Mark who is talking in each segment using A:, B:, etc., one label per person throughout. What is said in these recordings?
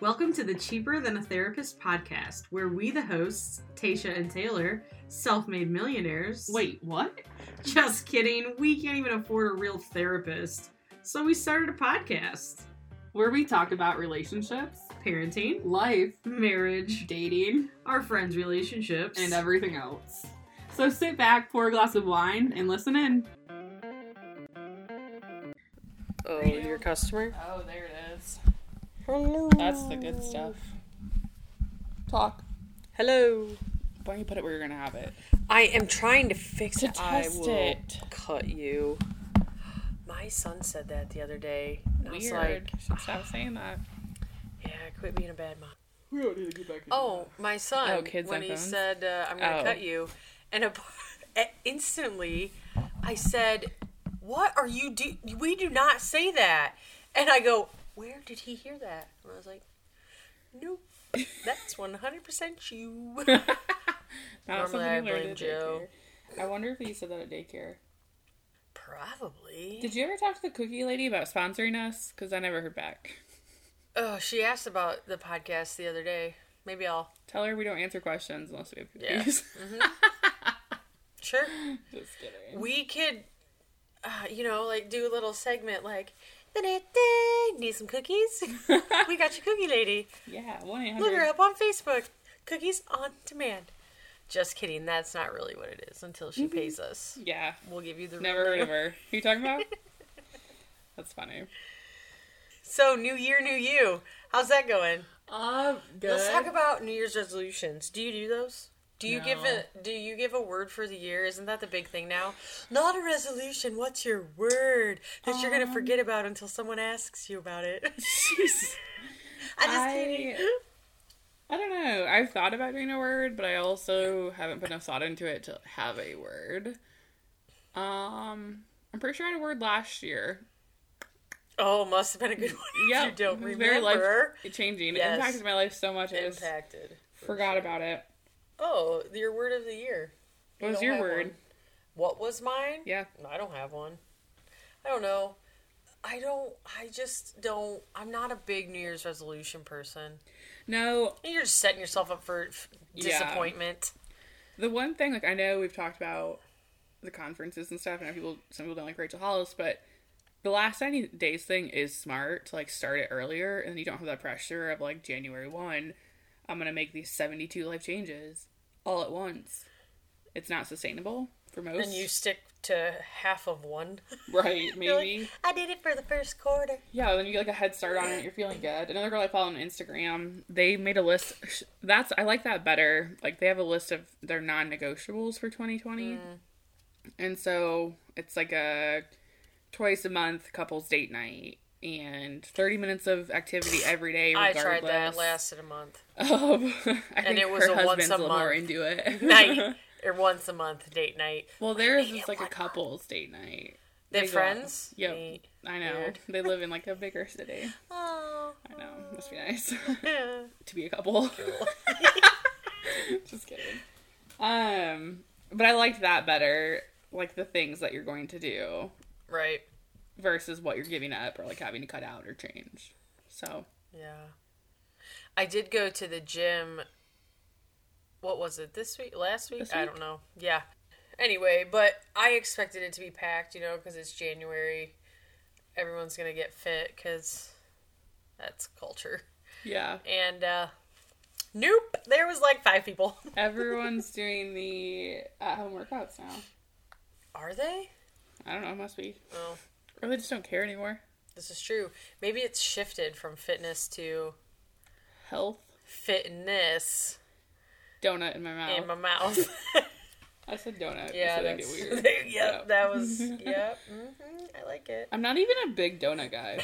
A: Welcome to the Cheaper Than a Therapist podcast, where we, the hosts, Tasha and Taylor, self made millionaires.
B: Wait, what?
A: Just kidding. We can't even afford a real therapist. So we started a podcast
B: Where we talk about relationships,
A: parenting,
B: life,
A: marriage,
B: dating,
A: our friends' relationships,
B: and everything else. So sit back, pour a glass of wine, and listen in.
C: Oh,
B: Radio.
C: your customer?
B: Oh, there it is.
C: Hello.
B: That's the good stuff. Talk.
C: Hello.
B: Why don't you put it where you're gonna have it?
C: I am trying to fix
B: To
C: it. I
B: test
C: will
B: it.
C: cut you. My son said that the other day. And I was
B: Weird.
C: like,
B: You should stop saying that.
C: yeah, quit being a bad mom.
B: We don't need to get back.
C: Oh, my son.
B: Oh, kids
C: when he
B: iPhones?
C: said, uh, "I'm gonna
B: Oh.
C: cut you," and a, instantly, I said, "What are you do? We do not say that." And I go, "Where did he hear that?" And I was like, "Nope, that's 100 percent you."
B: That was
C: Normally,
B: something
C: I
B: you learned
C: blame
B: at
C: Joe.
B: daycare. I wonder if you said that at daycare.
C: Probably.
B: Did you ever talk to the cookie lady about sponsoring us? Because I never heard back.
C: Oh, she asked about the podcast the other day. Maybe I'll
B: Tell her we don't answer questions unless we have
C: Yeah. Mm-hmm.
B: cookies.
C: sure.
B: Just kidding.
C: We could, uh, you know, like do a little segment like, "Da-da-da, need some cookies? we got your cookie lady.
B: Yeah, one eight
C: Look her
B: hundred.
C: up on Facebook. Cookies on demand. Just kidding. That's not really what it is until she pays us.
B: Yeah,
C: We'll give you the real
B: never heard
C: name.
B: of her. Who you talking about? That's funny.
C: So New Year, New You. How's that going?
B: Um, good.
C: Let's talk about New Year's resolutions. Do you do those? Do you give
B: No.
C: a do you give a word for the year? Isn't that the big thing now? Not a resolution. What's your word that you're
B: Um,
C: gonna forget about until someone asks you about it? I'm just
B: I-
C: kidding.
B: I don't know. I've thought about doing a word, but I also haven't put enough thought into it to have a word. Um, I'm pretty sure I had a word last year.
C: Oh, must have been a good one. if
B: Yeah,
C: you don't
B: it was
C: remember.
B: very life changing. It
C: Yes.
B: impacted my life so much. I just
C: Impacted.
B: forgot about it.
C: Oh, your word of the year. You
B: What was
C: don't
B: your
C: have
B: word?
C: one. What was mine?
B: Yeah.
C: I don't have one. I don't know. I don't. I just don't. I'm not a big New Year's resolution person.
B: No,
C: And you're just setting yourself up for f-
B: Yeah.
C: disappointment.
B: the one thing like I know we've talked about the conferences and stuff, and I know people some people don't like Rachel Hollis, but the last ninety days thing is smart to like start it earlier, and you don't have that pressure of like January one. I'm gonna make these seventy two life changes all at once. It's not sustainable for most,
C: And you stick to half of one.
B: right?
C: You're
B: Maybe,
C: like, I did it for the first quarter.
B: yeah. Then you get like a head start on it. You're feeling good. Another girl I follow on Instagram, they made a list. That's I like that better. Like they have a list of their non-negotiables for 2020.
C: Mm.
B: And so it's like a twice a month couples date night and 30 minutes of activity every day.
C: I
B: Regardless
C: tried that. It lasted a month.
B: Of, I think
C: it was
B: her
C: a once
B: husband's
C: a
B: a little more
C: month
B: into it.
C: Night. or once a month date night.
B: well, theirs is like a couples date night. They
C: They're
B: go out.
C: friends?
B: Yep.
C: Neat.
B: I know.
C: Weird.
B: They live in like a bigger city.
C: Oh.
B: I know. Must be nice
C: Yeah.
B: to be a couple. Just kidding. Um, but I liked that better. Like the things that you're going to do.
C: Right.
B: versus what you're giving up or like having to cut out or change. So
C: Yeah. I did go to the gym. What was it? This week? Last week?
B: This
C: I
B: week?
C: don't know. Yeah. Anyway, but I expected it to be packed, you know, because it's January. Everyone's going to get fit because that's culture.
B: yeah,
C: And, uh, nope. There was like five people.
B: everyone's doing the at home workouts now.
C: Are they?
B: I don't know, must be.
C: Oh,
B: Or they just don't care anymore.
C: this is true. Maybe it's shifted from fitness to
B: Health
C: fitness
B: donut in my mouth.
C: in my mouth.
B: I said donut.
C: yeah.
B: so they get
C: that's-
B: weird.
C: yep,
B: Yeah.
C: That was, yep. hmm I like it.
B: I'm not even a big donut guy.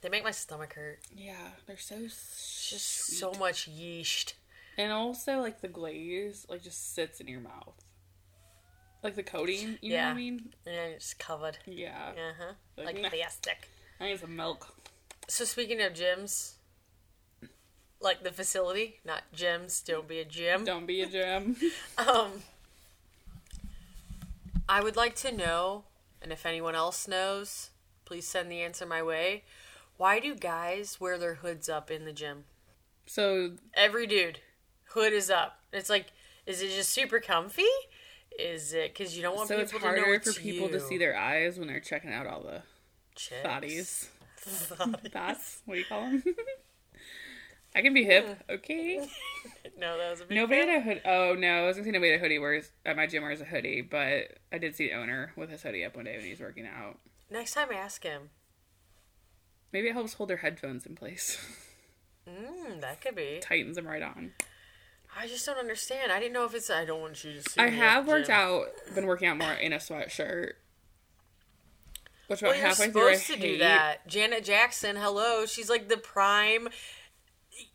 C: They make my stomach hurt.
B: Yeah, they're so s-
C: Just so much yeast.
B: and also like the glaze like just sits in your mouth. Like the coating, you know what
C: Yeah.
B: I mean?
C: And then it's covered.
B: Yeah.
C: Uh huh.
B: Like,
C: Like
B: nah.
C: plastic.
B: I need some milk.
C: So speaking of gyms, like the facility, not gyms. Don't be a gym.
B: Don't be a gem.
C: Um, I would like to know, and if anyone else knows, please send the answer my way. Why do guys wear their hoods up in the gym?
B: So
C: Every dude, hood is up. It's like, is it just super comfy? Is it because you don't want
B: so
C: people
B: it's
C: to know
B: harder
C: it's
B: for people
C: you.
B: to see their eyes when they're checking out all the
C: Chicks.
B: bodies.
C: Thotties.
B: Thoughts? What do you call them? I can be hip. Okay.
C: No, that was a big
B: Nobody
C: fan.
B: had a hoodie. Oh no, I was gonna say nobody had a hoodie wears at my gym wears a hoodie, but I did see the owner with his hoodie up one day when he was working out.
C: Next time, ask him.
B: Maybe it helps hold their headphones in place.
C: Mm, that could be.
B: Tightens them right on.
C: I just don't understand. I didn't know if it's. I don't want you to see.
B: I
C: me at
B: have
C: the
B: worked
C: gym.
B: out, been working out more in a sweatshirt. Which about
C: Well, you're
B: halfway through I
C: supposed to
B: hate.
C: do that. Janet Jackson, hello. She's like the prime.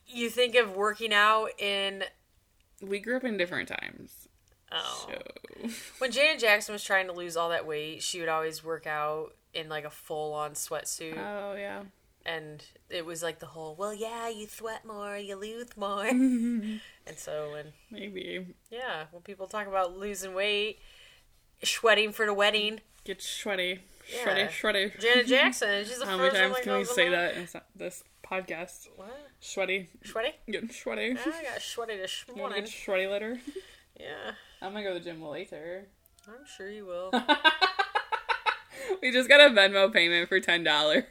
C: You think of working out in.
B: We grew up in different times,
C: Oh.
B: so
C: When Janet Jackson was trying to lose all that weight, she would always work out in like a full on sweatsuit.
B: oh yeah.
C: and it was like the whole, well, yeah, you sweat more, you lose more. and so when.
B: Maybe
C: Yeah, when people talk about losing weight, sweating for the wedding,
B: get sweaty, sweaty,
C: Yeah.
B: sweaty.
C: Janet Jackson, she's the
B: How many
C: first
B: times
C: one that
B: can we
C: goes
B: say
C: along.
B: that in s- this podcast?
C: What?
B: Sweaty,
C: Sweaty?
B: get sweaty.
C: I got sweaty this
B: You wanna
C: morning.
B: get sweaty later?
C: Yeah,
B: I'm gonna go to the gym later.
C: I'm sure you will.
B: We just got a Venmo payment for ten dollars.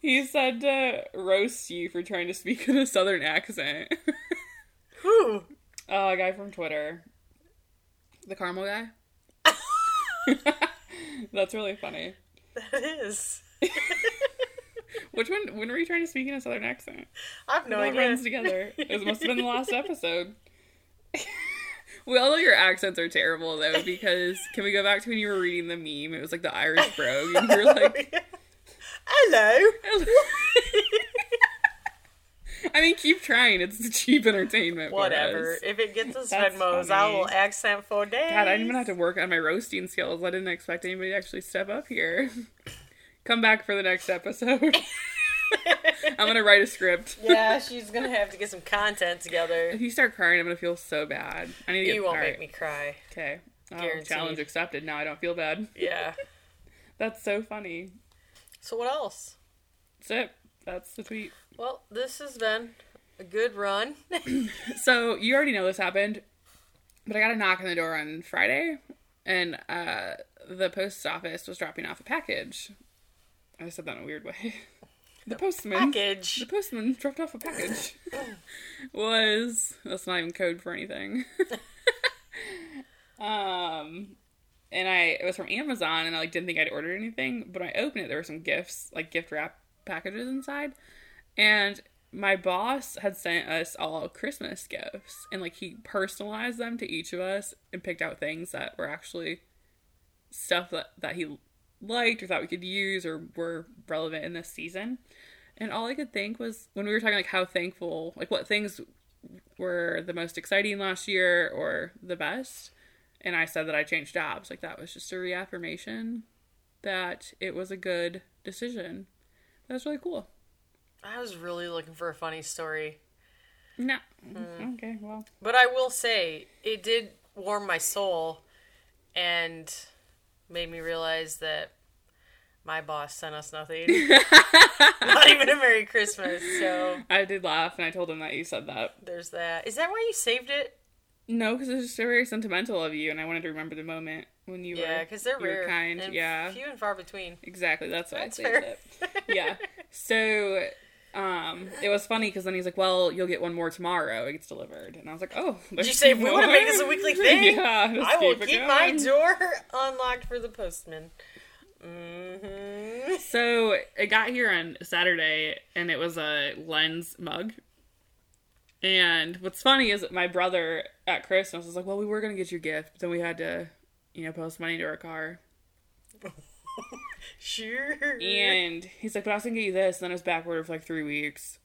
B: he said to roast you for trying to speak in a southern accent.
C: Who?
B: oh, a guy from Twitter, the caramel guy. That's really funny.
C: That is.
B: Which one? When were you trying to speak in a southern accent?
C: I've no
B: it all
C: idea.
B: runs together. It must have been the last episode. we all know your accents are terrible though, because can we go back to when you were reading the meme? It was like the Irish brogue, and you were like,
C: Hello.
B: I mean, keep trying. It's the cheap entertainment. for
C: Whatever.
B: us.
C: If it gets us
B: That's
C: Venmos, I
B: funny.
C: will accent for days.
B: God, I didn't even have to work on my roasting skills. I didn't expect anybody to actually step up here. Come back for the next episode. I'm gonna write a script.
C: yeah, she's gonna have to get some content together.
B: If you start crying, I'm gonna feel so bad. I need to get
C: You won't
B: all
C: make
B: right.
C: me cry.
B: Okay. Oh,
C: Guaranteed.
B: challenge accepted. Now I don't feel bad.
C: Yeah.
B: That's so funny.
C: So what else?
B: That's it. That's the tweet.
C: Well, this has been a good run.
B: So you already know this happened, but I got a knock on the door on Friday, and uh, the post office was dropping off a package. I said that in a weird way. The postman. The
C: Package.
B: postman dropped off a package. was that's not even code for anything. um, and I it was from Amazon, and I like didn't think I'd ordered anything, but when I opened it. There were some gifts, like gift wrap packages inside, and my boss had sent us all Christmas gifts, and like he personalized them to each of us and picked out things that were actually stuff that that he liked or thought we could use or were relevant in this season. And all I could think was when we were talking like how thankful, like what things were the most exciting last year or the best. And I said that I changed jobs. Like that was just a reaffirmation that it was a good decision. That's really cool.
C: I was really looking for a funny story.
B: No. Okay, well.
C: But I will say, it did warm my soul and made me realize that my boss sent us nothing. Not even a Merry Christmas. So
B: I did laugh and I told him that you said that.
C: there's that. Is that why you saved it?
B: No, because it's just very sentimental of you and I wanted to remember the moment when you were
C: Yeah, because they're
B: you were
C: rare.
B: kind.
C: and
B: yeah.
C: Few and far between.
B: Exactly. That's why
C: That's
B: I saved it. Yeah. So um, it was funny because then he's like, "Well, you'll get one more tomorrow. It gets delivered." And I was like, "Oh,
C: Did you
B: there's
C: say we
B: more?"
C: want to make this a weekly thing?
B: yeah, just
C: I will
B: it
C: keep, my
B: going.
C: door unlocked for the postman. hmm
B: So it got here on Saturday, and it was a lens mug. And what's funny is that my brother at Christmas was like, "Well, we were gonna get you a gift, but then we had to, you know, post money to our car."
C: Sure.
B: And he's like, but I was gonna get you this, and then it was back ordered for like three weeks.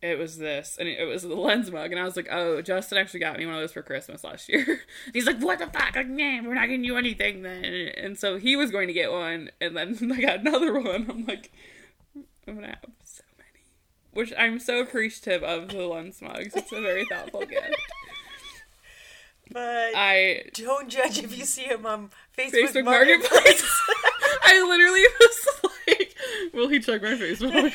B: It was this, and it, it was the lens mug, and I was like, oh, Justin actually got me one of those for Christmas last year. and he's like, what the fuck? Like, man, we're not getting you anything then. And so he was going to get one, and then I got another one. I'm like, I'm gonna have so many, which I'm so appreciative of the lens mugs. It's a very thoughtful gift.
C: But
B: I
C: don't judge if you see him on Facebook,
B: Facebook
C: Marketplace.
B: Marketplace. I literally was like, will he check my Facebook?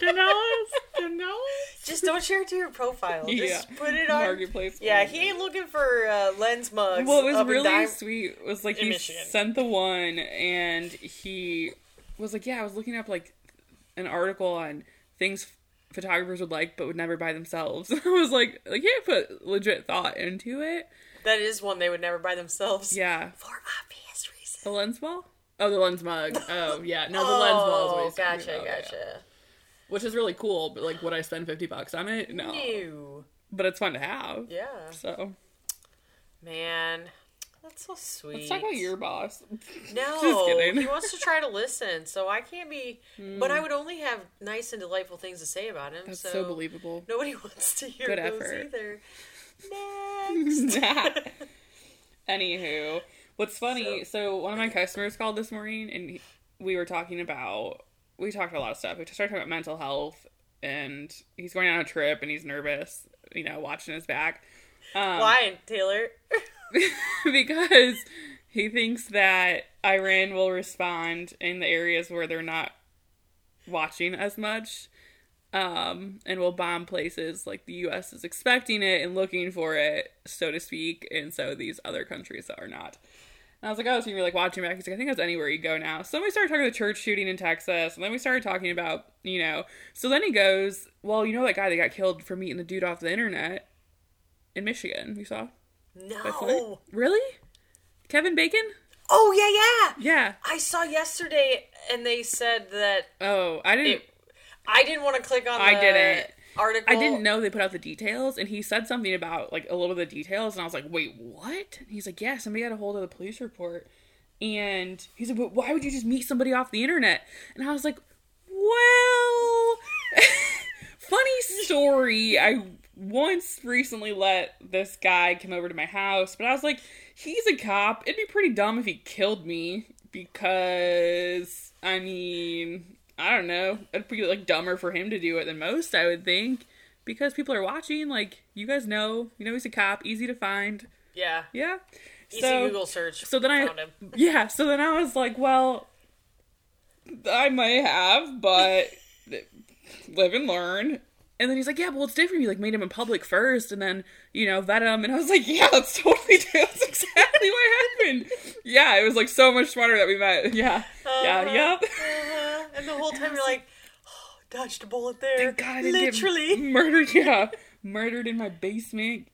B: Ten dollars? Ten dollars?
C: Just don't share it to your profile. Just
B: Yeah.
C: put it on.
B: Marketplace.
C: Yeah, he ain't looking for uh, lens mugs.
B: What was
C: up and
B: really
C: dime-
B: sweet was like
C: in
B: he
C: Michigan.
B: sent the one and he was like, yeah, I was looking up like an article on things photographers would like but would never buy themselves. I was like, like yeah, put legit thought into it.
C: That is one they would never buy themselves.
B: Yeah,
C: For obvious reasons.
B: the lens ball. Oh, the lens mug. Oh, yeah. No, the
C: oh,
B: lens ball. Is what he's talking
C: gotcha,
B: about, yeah.
C: gotcha.
B: Which is really cool, but like, would I spend fifty bucks on it? No.
C: Ew.
B: But it's fun to have.
C: Yeah.
B: So
C: Man, that's so sweet.
B: let's talk about your boss.
C: No,
B: Just kidding.
C: he wants to try to listen, so I can't be. But I would only have nice and delightful things to say about him.
B: That's so believable.
C: Nobody wants to hear
B: Good
C: those
B: effort.
C: either. Next.
B: Anywho, what's funny? So, one of my customers called this morning, and he, we were talking about we talked a lot of stuff. We started talking about mental health, and he's going on a trip, and he's nervous. You know, watching his back. Um,
C: Why, Taylor?
B: because he thinks that Iran will respond in the areas where they're not watching as much um, and will bomb places like the US is expecting it and looking for it, so to speak, and so these other countries are not. And I was like, oh, so you're like watching back. He's like, I think that's anywhere you go now. So then we started talking about the church shooting in Texas, and then we started talking about, you know. So then he goes, well, you know that guy that got killed for meeting the dude off the internet in Michigan, you saw? That's
C: No.
B: it? Really? Kevin Bacon?
C: Oh yeah, yeah.
B: Yeah.
C: I saw yesterday, and they said that
B: Oh, I didn't.
C: it. I didn't want to click on. The
B: I didn't.
C: Article.
B: I didn't know they put out the details, and he said something about like a little of the details, and I was like, "Wait, what?" And he's like, "Yeah, somebody got a hold of the police report," and he's like, "But why would you just meet somebody off the internet?" And I was like, "Well, funny story. I once recently let this guy come over to my house, but I was like, he's a cop. It'd be pretty dumb if he killed me because I mean, I don't know. It'd be like dumber for him to do it than most, I would think, because people are watching. Like you guys know, you know he's a cop, easy to find.
C: Yeah.
B: Yeah.
C: Easy
B: so,
C: Google search.
B: so then I
C: found him.
B: yeah. So then I was like, well, I may have, but live and learn. And then he's like, yeah, well, it's different. You like made him in public first, and then you know vet him. And I was like, yeah, that's totally that's exactly what happened. Yeah, it was like so much smarter that we met. Yeah, yeah,
C: Uh,
B: yep.
C: Uh-huh. And the whole time you're like, oh, dodged a bullet there.
B: Thank Oh God I didn't
C: Literally.
B: get murdered. Yeah, murdered in my basement.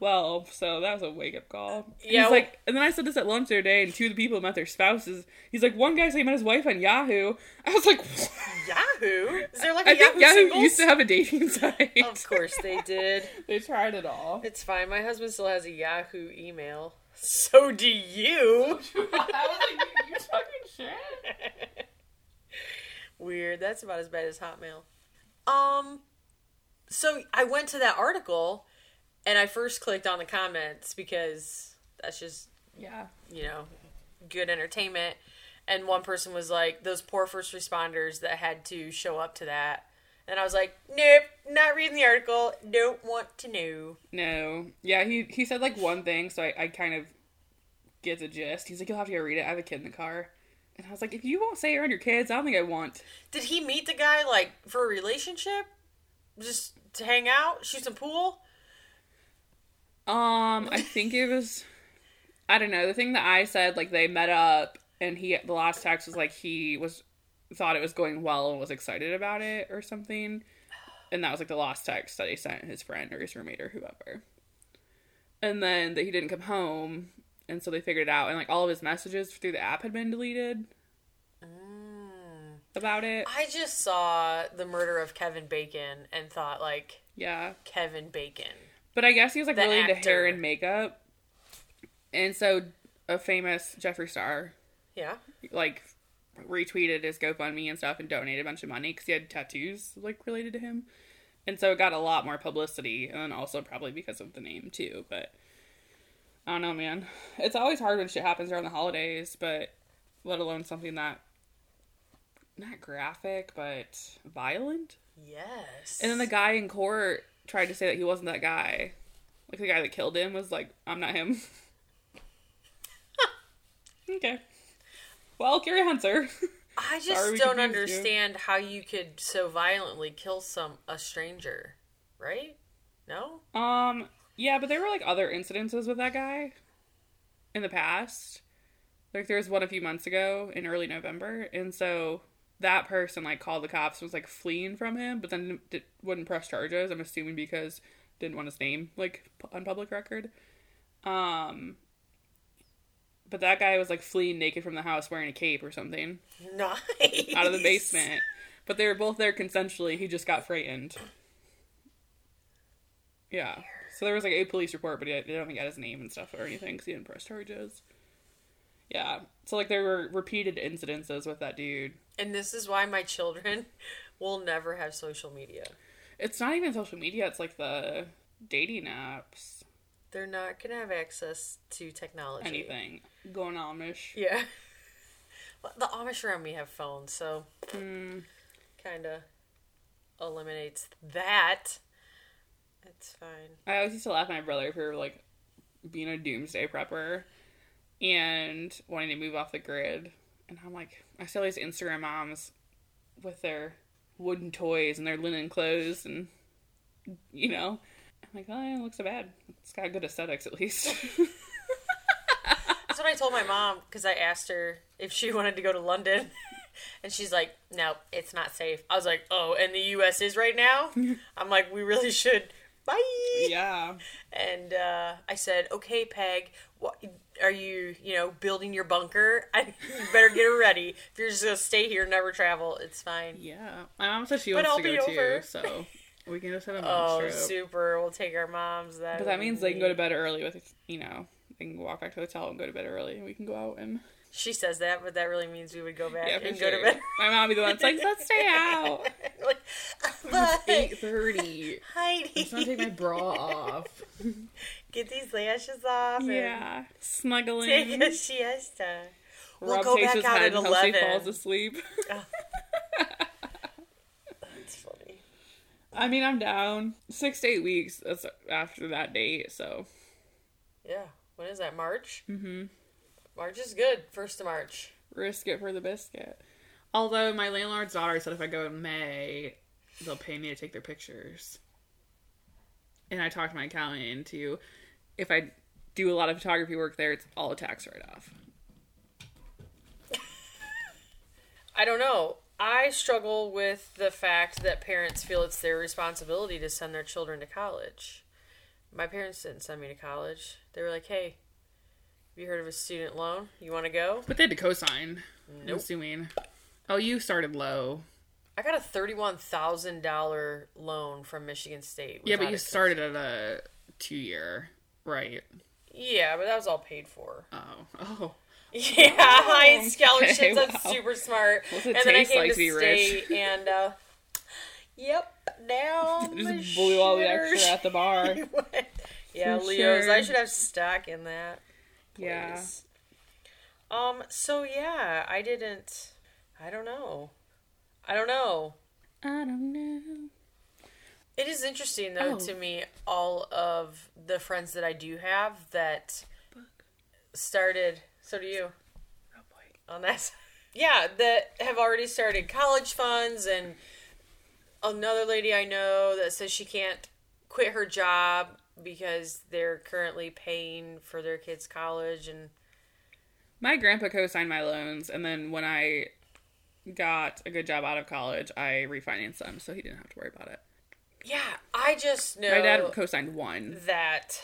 B: Well, so that was a wake up call. And
C: Yeah,
B: he's like, and then I said this at lunch the other day, and two of the people met their spouses. He's like, one guy said he met his wife on Yahoo. I was like, what?
C: Yahoo. Is there like a
B: I think Yahoo
C: Yahoo,
B: Oh.
C: singles?
B: used to have a dating site.
C: Of course they did.
B: they tried it all.
C: It's fine. My husband still has a Yahoo email. So do you.
B: I was like, you talking shit?
C: Weird. That's about as bad as Hotmail. Um. So I went to that article, and I first clicked on the comments because that's just
B: Yeah.
C: you know, good entertainment. And one person was like, those poor first responders that had to show up to that. And I was like, nope, not reading the article. Don't want to know.
B: No. Yeah, he he said like one thing, so I, I kind of get the gist. He's like, You'll have to go read it. I have a kid in the car. And I was like, if you won't say it around your kids, I don't think I want.
C: Did he meet the guy, like, for a relationship? Just to hang out, shoot some pool?
B: Um, I think it was I don't know, the thing that I said, like they met up and he the last text was like he was thought it was going well and was excited about it or something. And that was like the last text that he sent his friend or his roommate or whoever. And then that he didn't come home and so they figured it out and like all of his messages through the app had been deleted
C: Ah.
B: about it.
C: I just saw the murder of Kevin Bacon and thought, like,
B: Yeah.
C: Kevin Bacon.
B: But I guess he was like
C: The
B: really into
C: actor.
B: hair and makeup. And so a famous Jeffree Star
C: Yeah.
B: like retweeted his GoFundMe and stuff and donated a bunch of money because he had tattoos like related to him, and so it got a lot more publicity and then also probably because of the name too. But I don't know, man. It's always hard when shit happens around the holidays, but let alone something that not graphic but violent.
C: Yes.
B: And then the guy in court tried to say that he wasn't that guy. Like the guy that killed him was like, I'm not him. okay. Well, Carrie Hunter.
C: I just
B: Sorry we
C: don't
B: confused you.
C: understand how you could so violently kill some a stranger, right? No,
B: um, yeah, but there were like other incidences with that guy in the past. Like there was one a few months ago in early November, and so that person like called the cops and was like fleeing from him, but then did, wouldn't press charges. I'm assuming because didn't want his name like pu- on public record. Um, but that guy was like fleeing naked from the house wearing a cape or something.
C: nice.
B: out of the basement. But they were both there consensually. He just got frightened. Yeah. So there was like a police report, but he- they don't think he got his name and stuff or anything because he didn't press charges. Yeah. So like there were repeated incidences with that dude.
C: And this is why my children will never have social media.
B: It's not even social media. It's like the dating apps,
C: They're not gonna have access to technology.
B: anything going on, Mish.
C: Yeah. Well, The Amish around me have phones, so
B: Hmm.
C: kind of eliminates that. It's fine.
B: I always used to laugh at my brother for like being a doomsday prepper and wanting to move off the grid. And I'm like, I see all these Instagram moms with their wooden toys and their linen clothes, and you know, I'm like, oh, it looks so bad. It's got good aesthetics at least.
C: That's what I told my mom because I asked her if she wanted to go to London. And she's like, no, it's not safe. I was like, oh, and the U.S. is right now? I'm like, we really should. Bye.
B: yeah,
C: And uh, I said, okay, Peg, what, are you, you know, building your bunker? I, you better get her ready. If you're just going to stay here and never travel, it's fine.
B: yeah. My mom says she
C: But
B: wants to
C: I'll
B: go
C: be over.
B: too, so we can just have a
C: Oh,
B: mom's trip.
C: super. We'll take our moms. That
B: But that
C: would
B: means they
C: be-
B: can go to bed early with, you know, they can walk back to the hotel and go to bed early, and we can go out and
C: She says that, but that really means we would go back
B: Yeah, for
C: and
B: sure.
C: go to bed.
B: My mom be the one that's like, let's stay out.
C: like,
B: It's
C: but,
B: eight thirty.
C: Heidi.
B: I'm gonna take my bra off.
C: Get these lashes off. and
B: Yeah, snuggling.
C: Take a siesta. We'll
B: Rob
C: go
B: takes
C: back
B: his
C: out
B: head
C: at
B: until she
C: 11.
B: falls asleep.
C: That's funny.
B: I mean, I'm down six to eight weeks. That's after that date. So
C: Yeah. When is that? March? Mm-hmm. March is good. First of March.
B: risk it for the biscuit. Although my landlord's daughter said if I go in May, they'll pay me to take their pictures. And I talked my accountant into if I do a lot of photography work there, it's all a tax write off.
C: I don't know. I struggle with the fact that parents feel it's their responsibility to send their children to college. My parents didn't send me to college. They were like, hey, have you heard of a student loan? You want to go?
B: But they had to co-sign. I'm
C: Nope.
B: assuming. Oh, you started low.
C: I got a $31,000 loan from Michigan State.
B: Yeah, but
C: without
B: you
C: a-
B: started at a two-year, right?
C: Yeah, but that was all paid for.
B: Oh, oh.
C: Yeah, high in scholarships.
B: okay,
C: That's
B: wow.
C: super smart.
B: What's it
C: and then I
B: taste
C: came
B: like
C: to
B: to be
C: state
B: rich?
C: and uh, yep, now
B: Just blew all the extra at the bar.
C: extra. yeah,
B: For
C: Leo's. I
B: sure.
C: should have stock in that.
B: yeah.
C: place. Um. So yeah, I didn't. I don't know. I don't know.
B: I don't know.
C: It is interesting though
B: Oh.
C: to me all of the friends that I do have that started. So do you.
B: Oh boy.
C: on that. side. Yeah, that have already started college funds, and another lady I know that says she can't quit her job because they're currently paying for their kids' college, and
B: My grandpa co-signed my loans, and then when I got a good job out of college, I refinanced them, so he didn't have to worry about it.
C: yeah, I just know
B: My dad co-signed one.
C: that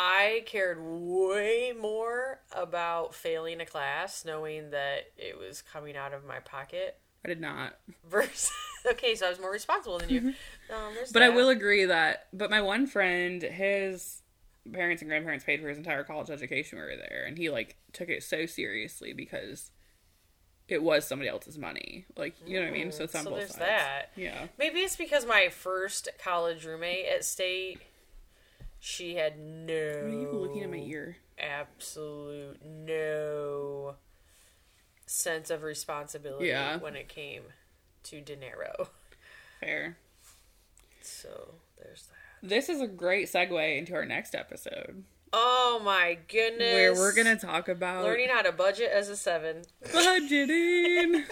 C: I cared way more about failing a class, knowing that it was coming out of my pocket.
B: I did not.
C: Versus, okay, so I was more responsible than you. Um, there's
B: Mm-hmm. But I
C: that.
B: will agree that. But my one friend, his parents and grandparents paid for his entire college education. when We were there, and he like took it so seriously because it was somebody else's money. Like you know what I mean. So it's on
C: Mm, So
B: both
C: there's
B: sides.
C: that.
B: Yeah.
C: Maybe it's because my first college roommate at state, she had no.
B: What are you looking at my e-, ear?
C: Absolute no sense of responsibility
B: Yeah.
C: when it came to dinero.
B: Fair.
C: So there's that.
B: This is a great segue into our next episode,
C: Oh my goodness.
B: where we're gonna talk about
C: learning how to budget as a seven.
B: budgeting.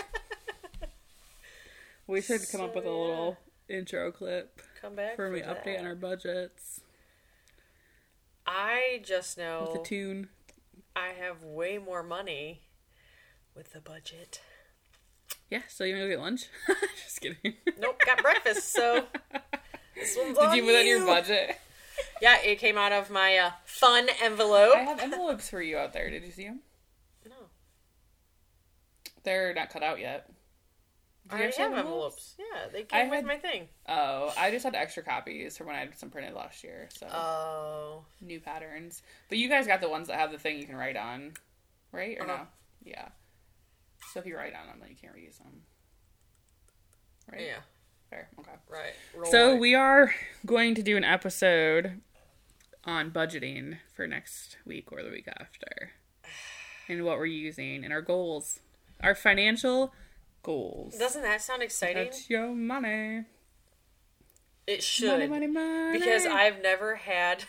B: we should come up with a little intro clip
C: Come back
B: for
C: for
B: when we
C: that.
B: update on our budgets
C: I just
B: with
C: know
B: a tune.
C: I have way more money with the budget.
B: Yeah, so you wanna go get lunch? Just kidding.
C: Nope, got breakfast. So this one's
B: Did
C: on
B: you put that in your budget?
C: Yeah, it came out of my uh, fun envelope.
B: I have envelopes for you out there. Did you see them?
C: no,
B: They're not cut out yet.
C: I
B: you
C: already
B: actually
C: have
B: have
C: envelopes. Yeah, they
B: I
C: came with
B: had-
C: my thing.
B: Oh, I just had extra copies from when I had some printed last year. So
C: Oh,
B: new patterns. But you guys got the ones that have the thing you can write on, right? Or
C: Uh-huh.
B: no? Yeah. So if you write on them, then you can't reuse them. Right?
C: yeah,
B: Fair. Okay.
C: right. Roll
B: So
C: it.
B: we are going to do an episode on budgeting for next week or the week after, and what we're using and our goals, our financial goals.
C: doesn't that sound exciting?
B: That's your money.
C: It should
B: Money, money, money.
C: because I've never had,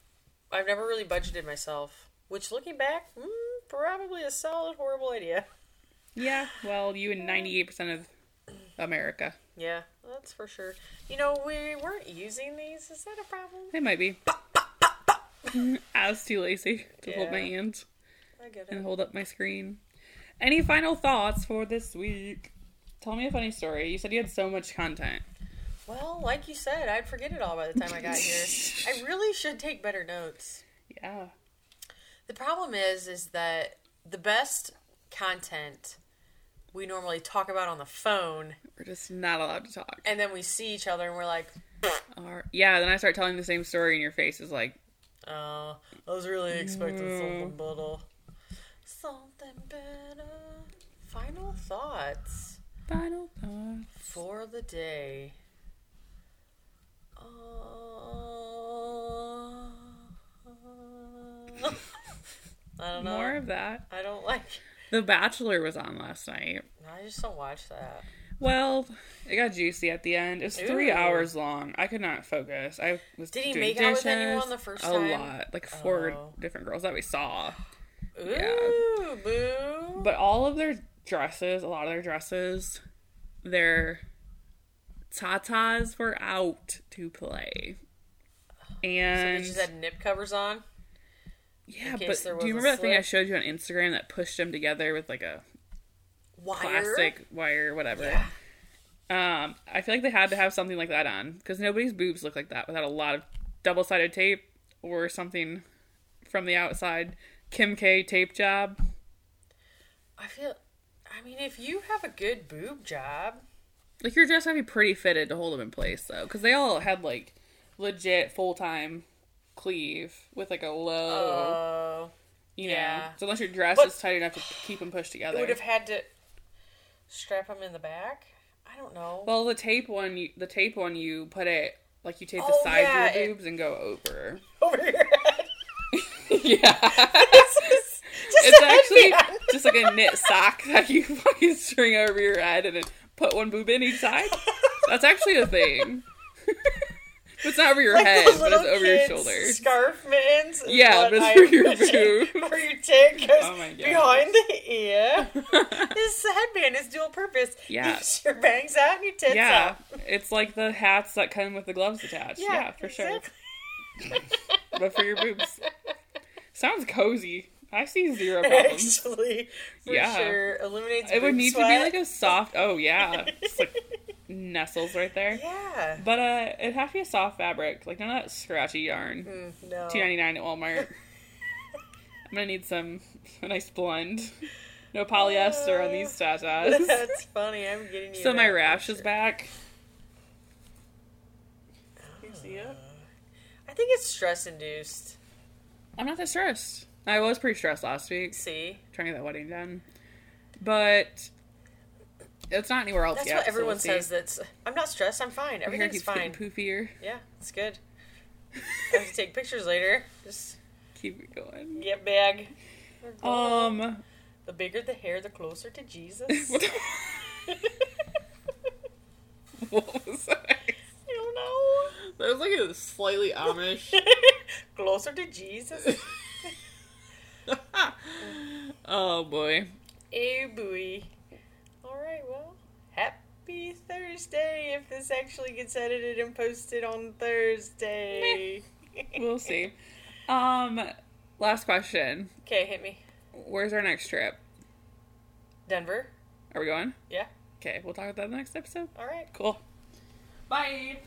C: I've never really budgeted myself. Which, looking back, mm, probably a solid horrible idea.
B: yeah. Well, you and ninety-eight percent of America.
C: Yeah, that's for sure. You know, we weren't using these. Is that a problem?
B: It might be. I was too lazy to hold my
C: Yeah.
B: hands
C: I get
B: and
C: it.
B: hold up my screen. Any final thoughts for this week? Tell me a funny story. You said you had so much content.
C: Well, like you said, I'd forget it all by the time I got here. I really should take better notes.
B: Yeah.
C: The problem is, is that the best content we normally talk about on the phone,
B: We're just not allowed to talk.
C: and then we see each other and we're like,
B: Or, yeah, then I start telling the same story, and your face is like,
C: "Oh, I was really expecting something better." Something better. Final thoughts
B: final thoughts.
C: for the day. Uh, I don't know.
B: More of that.
C: I don't like.
B: The Bachelor was on last night.
C: I just don't watch that.
B: Well, it got juicy at the end. It's three
C: Oow.
B: hours long. I could not focus. I was
C: Did he
B: doing
C: make out with
B: dishes,
C: anyone the first
B: a
C: time?
B: lot, like four
C: Oh.
B: different girls that we saw.
C: Ooh,
B: Yeah.
C: boo.
B: But all of their dresses, a lot of their dresses, their tatas were out to play.
C: They
B: And
C: just had nip covers on.
B: yeah,
C: case
B: but
C: there
B: do you
C: was
B: remember
C: a
B: that thing I
C: slip.
B: showed you on Instagram that pushed them together with like a
C: Wire.
B: plastic wire, whatever?
C: Yeah.
B: Um, I feel like they had to have something like that on because nobody's boobs look like that without a lot of double sided tape or something from the outside. Kim K tape job.
C: I feel. I mean, if you have a good boob job,
B: Like your dress had to be pretty fitted to hold them in place though, because they all had like legit full time cleave with like a low,
C: uh,
B: you know.
C: yeah.
B: So unless your dress
C: But-
B: is tight enough to keep them pushed
C: you would
B: together.
C: have had to strap them in the back. I don't know.
B: Well, the tape one, you, the tape one, you put it like you tape the
C: Oh,
B: sides
C: yeah,
B: of your
C: it-
B: boobs and go over.
C: Over your head.
B: yeah.
C: This is just
B: It's
C: a
B: actually
C: headband.
B: just like a knit sock that you fucking string over your head and then put one boob in each side. That's actually a thing. it's not over your
C: Like the
B: head, but it's
C: little
B: over your
C: kids'
B: shoulder.
C: Scarf mins. is
B: Yeah,
C: what
B: but it's
C: I
B: for your
C: envision,
B: boobs.
C: Where your tit goes
B: Oh my gosh.
C: behind the ear. this headband is dual purpose.
B: Yeah.
C: Keeps your bangs out and your tits
B: yeah,
C: out.
B: it's like the hats that come with the gloves attached. Yeah, for
C: exactly.
B: sure. But for your boobs, sounds cozy. I see zero problems.
C: Actually, for
B: Yeah.
C: sure, eliminates.
B: it would
C: boob
B: need to
C: sweat.
B: be like a soft. Oh yeah, just like nestles right there.
C: yeah.
B: But uh, it'd have to be a soft fabric, like none of that scratchy yarn.
C: Mm, no.
B: Two ninety nine at Walmart. I'm gonna need some a nice blend. No polyester on these tatas.
C: That's funny. I'm getting you.
B: so my
C: that.
B: rash is back. You see it?
C: I think it's stress induced.
B: I'm not that stressed. I was pretty stressed last week
C: See,
B: trying to get that wedding done, but it's not anywhere else
C: that's
B: yet.
C: what
B: so
C: everyone
B: we'll see.
C: says. That's I'm not stressed. I'm fine.
B: My hair
C: Everything's
B: keeps
C: fine.
B: getting poofier.
C: Yeah, it's good. I have to take pictures later. Just
B: Keep it going.
C: get big.
B: Um,
C: The bigger the hair, the closer to Jesus.
B: what,
C: I
B: what was that?
C: don't know.
B: That was like a slightly Amish
C: closer to Jesus.
B: oh boy.
C: Eh, buoy. All right, well, happy Thursday if this actually gets edited and posted on Thursday.
B: We'll see. Um last question.
C: okay, hit me.
B: Where's our next trip?
C: Denver.
B: Are we going?
C: Yeah.
B: Okay, we'll talk about that in the next episode.
C: All right.
B: Cool. Bye.